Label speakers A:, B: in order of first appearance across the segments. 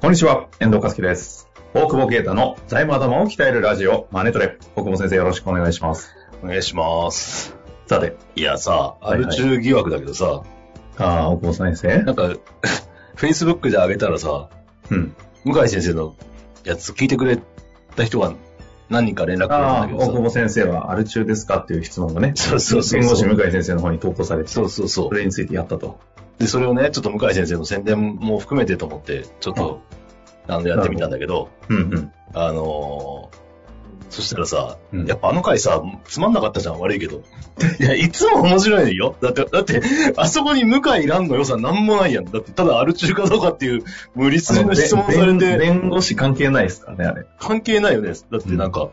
A: こんにちは、遠藤和樹です。大久保啓太の財務頭を鍛えるラジオ、マネトレ。大久保先生よろしくお願いします。
B: お願いします。
A: さて、
B: いやさ、ア
A: いはい
B: ル中疑惑だけどさ、
A: あー大久保先生
B: なんか、Facebook で上げたらさ、
A: うん。
B: 向井先生のやつ聞いてくれた人が何人か連絡くれた
A: ああ
B: んだ
A: ー、
B: け
A: 大久
B: ど
A: 保先生はアル中ですかっていう質問がね、
B: さ、そうそうそう
A: 弁護士
B: そう。
A: 向井先生の方に投稿されて、
B: そうそうそ
A: それについてやったと。
B: う。で、それをね、ちょっと向井先生の宣伝も含めてと思って、ちょっと、あの、やってみたんだけど、
A: うんうん。
B: あのーそしたらさ、
A: うん
B: やっぱあの回さ、つまんなかったじゃん、悪いけど。 いや、いつも面白いよ。だって、だって、あそこに向井蘭の良さなんもないやん。だって、ただアル中かどうかっていう無理筋の質問さ
A: あ
B: れ
A: のべ
B: て、
A: 弁護士関係ないですからね、あれ。
B: 関係ないよね。だってなんか、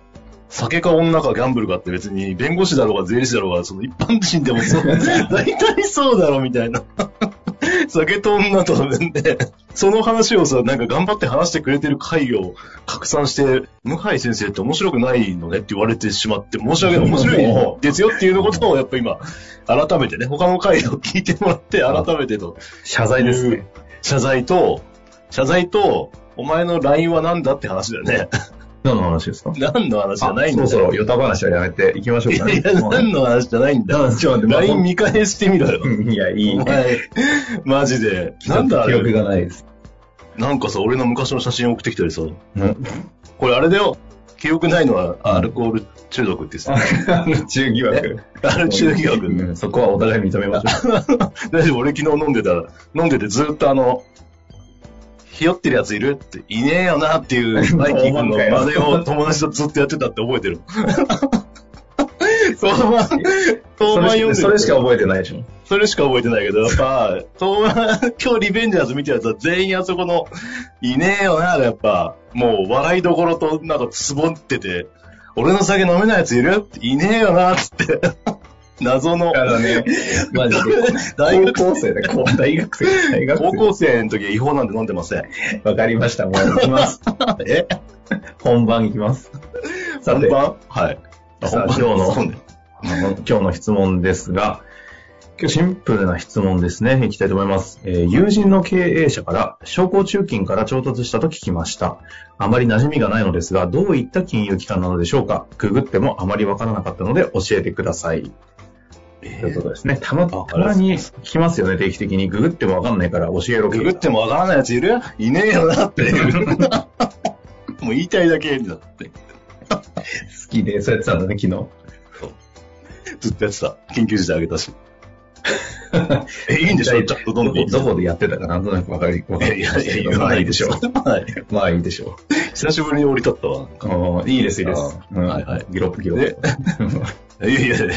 B: 酒か女かギャンブルかって別に、弁護士だろうが税理士だろうが、その一般人でもそう、大体そうだろみたいな。酒と女とね、その話をさ、なんか頑張って話してくれてる会を拡散して、向井先生って面白くないのねって言われてしまって、申し訳ない。面白いですよっていうことを、やっぱ今、改めてね、他の会を聞いてもらって、改めてと、
A: 謝罪です
B: い
A: ね。
B: 謝罪と、謝罪と、お前の LINE は何だって話だよね。
A: 何の話ですか
B: 何の話じゃないん
A: そ
B: だ
A: ろそ
B: よ。
A: ろヨタ話はやめていきましょうかね。
B: いや、何の話じゃないんだ
A: だ
B: よ。
A: ちょっと待って、
B: LINE 見返してみろよ。
A: うんいや、いい
B: お
A: ね。
B: 前、マジで。
A: な
B: なんん
A: だ
B: だあ
A: 記憶
B: れ。
A: がないです。
B: なんかさ、俺の昔の写真送ってきたりさ、
A: うん
B: これあれだよ。記憶ないのはアルコール中毒ってさ、
A: アル中疑 惑。
B: アル中疑惑。
A: うんそこはお互い認めましょ
B: 大丈夫、俺昨日飲んでたら、飲んでてずっとあの、ひよってるやついるって、いねえよなっていう、マイキー君の真似を友達とずっとやってたって覚えてる。当番、
A: う。
B: 当
A: そ
B: 番読んで
A: れ
B: る
A: それしか覚えてないでしょ。
B: それしか覚えてないけど、やっ ぱ、当番、今日リベンジャーズ見てたやつは全員あそこの、いねえよな、やっぱ、もう笑いどころとなんかつぼってて、俺の酒飲めないやついるいねえよな、つって。 謎の、
A: だね、マジで。
B: 大学
A: 高校生だ、こう大学生。大学
B: 高
A: 生。
B: 校生の時は違法なんで飲んでません。
A: わかりました、もう行きます。
B: え
A: 本番行きます。さ
B: 本
A: て、
B: 番はい。
A: さあ今日の
B: そうね
A: あの今日の質問ですが、今日シンプルな質問ですね。いきたいと思います。えー友人の経営者から、商工中金から調達したと聞きました。あまり馴染みがないのですが、どういった金融機関なのでしょうかググってもあまりわからなかったので教えてください。ということですね。たま、
B: あ
A: たまに聞きますよね、定期的に。ググってもわかんないから教えろ
B: ググってもわからないやついるいねえよな っていう。もう言いたいだけになって。
A: 好きで、そうやってたんだね、昨日。
B: ずっとやってた。緊急事態あげ たし。え、いいんでしょちょっとどんどんいいんでし
A: ど
B: ょ
A: こでやってたかなんとなくわかり、わ
B: い
A: か
B: や
A: り
B: い
A: ま
B: や
A: したけ
B: い
A: ど
B: や、言
A: ま
B: わ
A: あ
B: ないい
A: いで
B: で
A: し
B: し
A: ょ
B: ょ
A: う。。 まあいいでしょ
B: 久しぶりに降り立ったわ。
A: ううん。いいです、いいです。
B: あーはいはい
A: ギロップギロッ
B: で
A: プ。、
B: いやいや、違い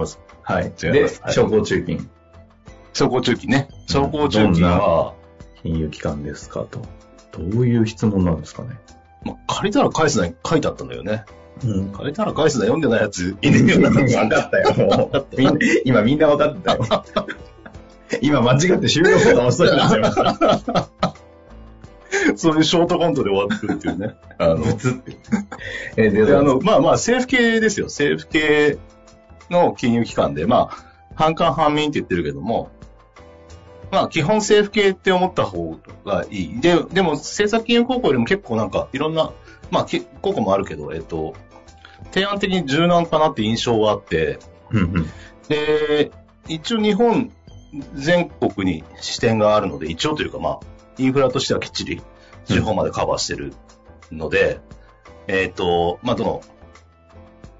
B: ます。
A: はい。
B: 違い
A: で
B: ますは、い
A: 商工中金、
B: 商工中期ね。商工中期は、
A: 金融機関ですかと。どういう質問なんですかね。
B: まあ、借りたら返すな、書いてあったんだよね。
A: うん。
B: 借りたら返すな、読んでないやつ、いねえよ な。
A: 分 かったよ、もう。みんな今みんな分かったよ。今間違って終了ボタン押したくなっちゃいま した。
B: そういうショートコントで終わってるっていうね。あの、
A: ぶつって。え、で、
B: であ
A: あの、
B: の、まあまあ、政府系ですよ。政府系の金融機関で、まあ、半官半民って言ってるけども、まあ、基本政府系って思った方がいい。で、でも、政策金融高校よりも結構なんか、いろんな、まあ、き高校もあるけど、えっと、提案的に柔軟かなって印象はあって、
A: うんうん。
B: で、一応日本全国に支店があるので、一応というかまあ、インフラとしてはきっちり地方までカバーしてるので、えっ、と、まあ、どの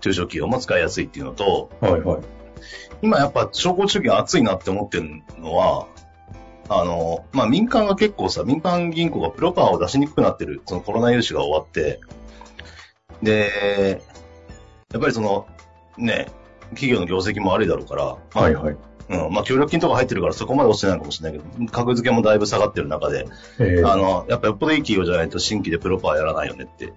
B: 中小企業も使いやすいっていうのと、
A: はいはい。
B: 今やっぱ商工中金熱いなって思ってるのは、あの、まあ、民間が結構さ、民間銀行がプロパーを出しにくくなってる、そのコロナ融資が終わって、で、やっぱりその、ね、企業の業績も悪いだろうから、
A: はいはい。
B: うん、まあ、協力金とか入ってるからそこまで落ちてないかもしれないけど、格付けもだいぶ下がってる中で、
A: えー
B: あの、やっぱよっぽどいい企業じゃないと新規でプロパーやらないよねって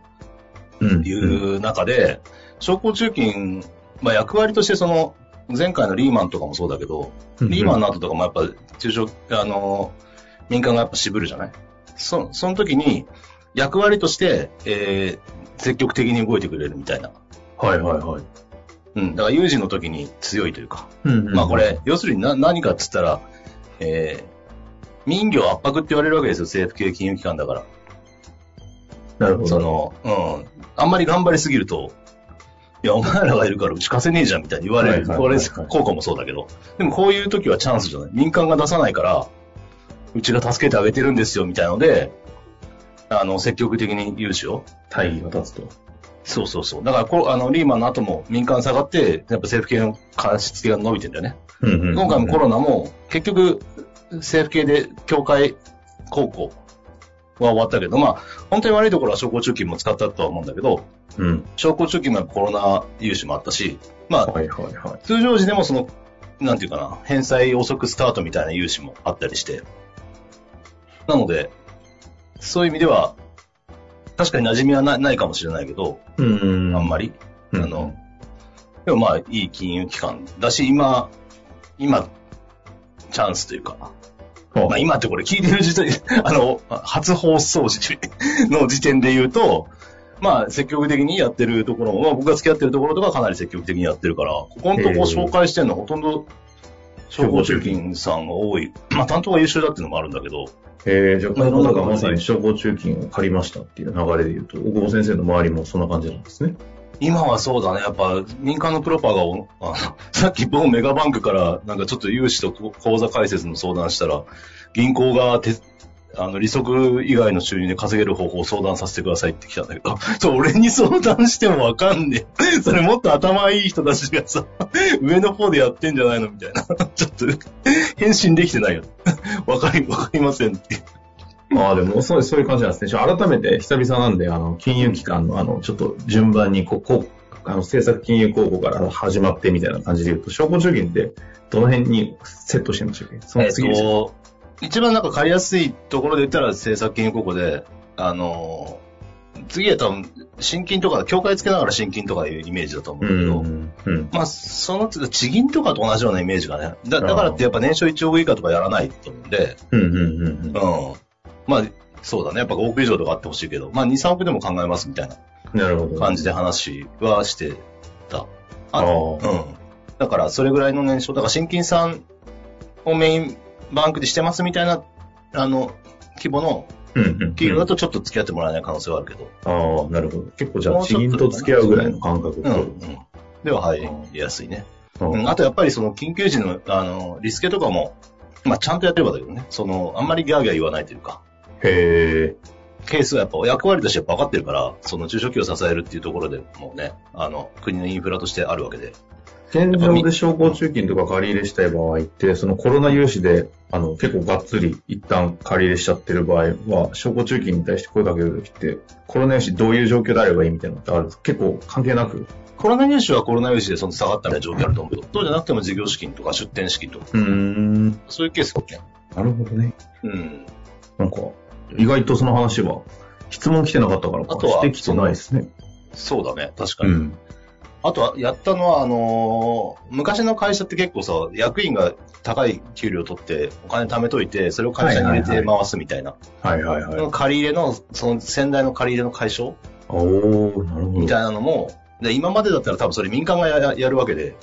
A: うん
B: いう中で、商工中金、まあ、役割としてその、前回のリーマンとかもそうだけど、リーマンの後とかもやっぱ中小、あの、民間がやっぱ渋るじゃないそその時に、役割として、えー積極的に動いてくれるみたいな。
A: はいはいはい。
B: うん、だから有事の時に強いというか、
A: うんうん
B: まあこ。れ、要するにな何かっつったら、えー民業圧迫って言われるわけですよ、政府系金融機関だから。
A: なるほど。
B: その、うん。あんまり頑張りすぎると、いや、お前らがいるからうち稼ねえじゃんみたいに言われ
A: は
B: る。
A: いはい
B: こ
A: はいは
B: れ
A: い、
B: 効果もそうだけど。でもこういう時はチャンスじゃない。民間が出さないから、うちが助けてあげてるんですよ、みたいので、あの、積極的に融資を。
A: 大義が立つと。
B: そうそうそう。だからこう、あの、リーマンの後も民間下がって、やっぱ政府系の貸し付けが伸びてんだよね。
A: うんうん
B: 今回もコロナも、結局、政府系で協会高校は終わったけど、まあ、本当に悪いところは商工中金も使ったとは思うんだけど、
A: うん。
B: 商工中金もやっぱコロナ融資もあったし、まあ、
A: はいはいは
B: 通常時でもその、なんていうかな、返済遅くスタートみたいな融資もあったりして、なので、そういう意味では、確かに馴染みはなないかもしれないけど、
A: い。うん
B: あんま
A: り。
B: り、
A: うん
B: あの、でもまあ、いい金融機関だし、今、今、チャンスというか、
A: は
B: まあ、今ってこれ聞いてる時点、 あの、初放送時の時点で言うと、まあ、積極的にやってるところも、まあ、僕が付き合ってるところとかかなり積極的にやってるから、ここのとこ紹介してるのほとんど、商工中金さんが多い。まあ、担当が優秀だっていうのもあるんだけど、
A: えー、じゃあ、
B: まあ
A: この中まさに商工中金を借りましたっていう流れで言うと、大久保先生の周りもそんな感じなんですね。
B: 今はそうだね。やっぱ、民間のプロパーがお、あの さっき某メガバンクから、なんかちょっと融資と口座開設の相談したら、銀行がて、あの、利息以外の収入で稼げる方法を相談させてくださいって来たんだけど、 ちょ、俺に相談してもわかんねえ。 それもっと頭いい人たちがさ、 上の方でやってんじゃないのみたいな。 ちょっと、返信できてないよ。 わかり、わかりませんって。
A: ああ、でも、そう、そういう感じなんですね。ちょ改めて、久々なんで、あの、金融機関の、あの、ちょっと順番に、こう、こう、あの、政策金融公庫から始まってみたいな感じで言うと、商工中金って、どの辺にセットしてましたっけその次
B: え
A: で
B: っ
A: すか、
B: と、一番なんか借りやすいところで言ったら政策金融高校で、あのー次は多分、新金とか、協会つけながら新金とかいうイメージだと思う
A: うん
B: だけど、
A: ん。うん。
B: まあ、その次、地銀とかと同じようなイメージがね。だだからってやっぱ年商1億以下とかやらないと思うんで、
A: うん。うん。うん
B: うん。まあ、そうだね。やっぱ5億以上とかあってほしいけど、まあ2、3億でも考えますみたいな
A: なるほど。
B: 感じで話はしてた。
A: あ
B: う
A: ー
B: ん。だから、それぐらいの年商、だから、新金さんをメインバンクでしてますみたいな、あの、規模の
A: うん。うん。
B: 企業だとちょっと付き合ってもらえない可能性はあるけど、
A: ああ、なるほど。結構じゃ
B: も
A: あ、
B: うち
A: 地
B: ょっと
A: 銀と付き合うぐらいの感覚
B: うん、う
A: と。
B: ん。では入りやすいね。
A: う
B: うんん、あとやっぱりその緊急時の、あの、リスケとかも、まあちゃんとやってればだけどね、その、あんまりギャーギャー言わないというか、
A: へえ。
B: ケースはやっぱ役割としてやっぱ分かってるから、その中小企業を支えるっていうところでもうね、あの、国のインフラとしてあるわけで。
A: 現状で商工中金とか借り入れしたい場合って、そのコロナ融資で、あの、結構がっつり一旦借り入れしちゃってる場合は、商工中金に対して声かけるときって、コロナ融資どういう状況であればいいみたいなのってあるんですか結構関係なく。
B: コロナ入手はコロナ融資でその下がったみたいな状況あると思うけど、そうじゃなくても事業資金とか出店資金とか、
A: うーん。な
B: そういうケースが多いね。
A: るほどね。
B: うん。
A: なんか、意外とその話は、質問来てなかったからか、
B: あとは
A: してきてないですね。
B: そうだね、確か
A: う
B: に。
A: ん。
B: あとは、やったのは、あのー昔の会社って結構さ、役員が高い給料取って、お金貯めといて、それを会社に入れて回すみたいな。
A: はいはいはい。
B: その借り入れの、その先代の借り入れの解消
A: おー、なるほど。
B: みたいなのも、で今までだったら多分それ民間がややるわけで、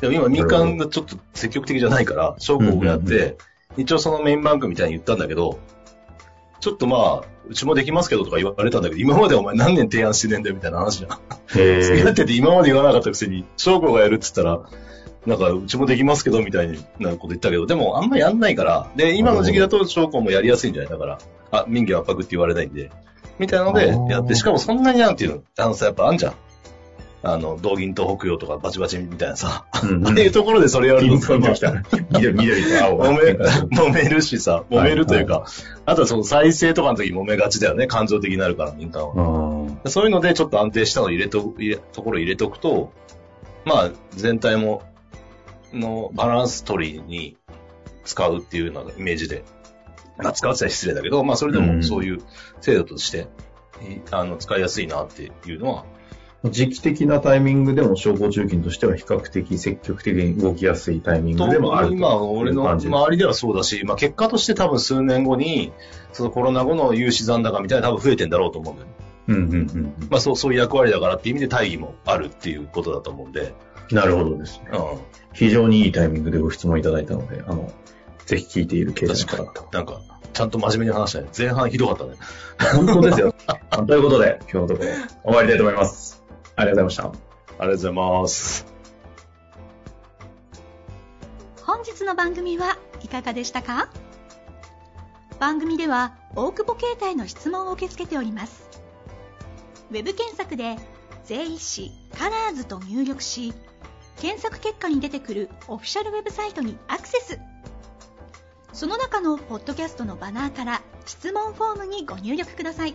B: でも今民間がちょっと積極的じゃないから、商工をやっ
A: うんうん
B: て、一応そのメインバンクみたいに言ったんだけど、ちょっとまあ、うちもできますけどとか言われたんだけど、今までお前何年提案してねえんだよみたいな話じゃん。
A: へ
B: 付
A: ー
B: き合ってて今まで言わなかったくせに、翔吾がやるっつったら、なんか、うちもできますけど、みたいなこと言ったけど、でも、あんまやんないから、で、今の時期だと翔吾もやりやすいんじゃないだから、あ、民業圧迫って言われないんで、みたいなの
A: あー
B: で、やって、しかもそんなになんていうの、あのさ、やっぱあんじゃん。あの、道銀と北洋とかバチバチみたいなさ、
A: うん
B: ああいうところでそれやる
A: ピ
B: と
A: ンポイント 来た。緑緑と青が。
B: 揉め、揉めるしさ、揉めるというか、あとはその再生とかの時揉めがちだよね、感情的になるから、民間は。
A: あー
B: そういうので、ちょっと安定したのを入れと、入れところ入れとくと、まあ、全体も、のバランス取りに使うっていうようなイメージで、まあ、使うって言ったら失礼だけど、まあ、それで
A: うん
B: もそういう制度として、いあの、使いやすいなっていうのは、
A: 時期的なタイミングでも商工中金としては比較的積極的に動きやすいタイミングでもあるという
B: 今、俺の
A: 感じです
B: 周りではそうだし、まあ、結果として多分数年後に、そのコロナ後の融資残高みたいなの多分増えてんだろうと思うんだよね。
A: うんうんうん
B: まあ、そう、そういう役割だからっていう意味で大義もあるっていうことだと思うんで、
A: うん。なるほどですね。
B: うん。
A: 非常にいいタイミングでご質問いただいたので、あの、ぜひ聞いている経営者
B: 確か
A: の
B: に
A: 方。
B: なんか、ちゃんと真面目に話したね。前半ひどかったね。
A: 本当ですよ。 ということで、今日のところ終わりたいと思います。ありがとうございました。
B: ありがとうございます。
C: 本日の番組はいかがでしたか番組では大久保携帯の質問を受け付けておりますウェブ検索で「税理士カラーズと入力し検索結果に出てくるオフィシャルウェブサイトにアクセスその中のポッドキャストのバナーから質問フォームにご入力ください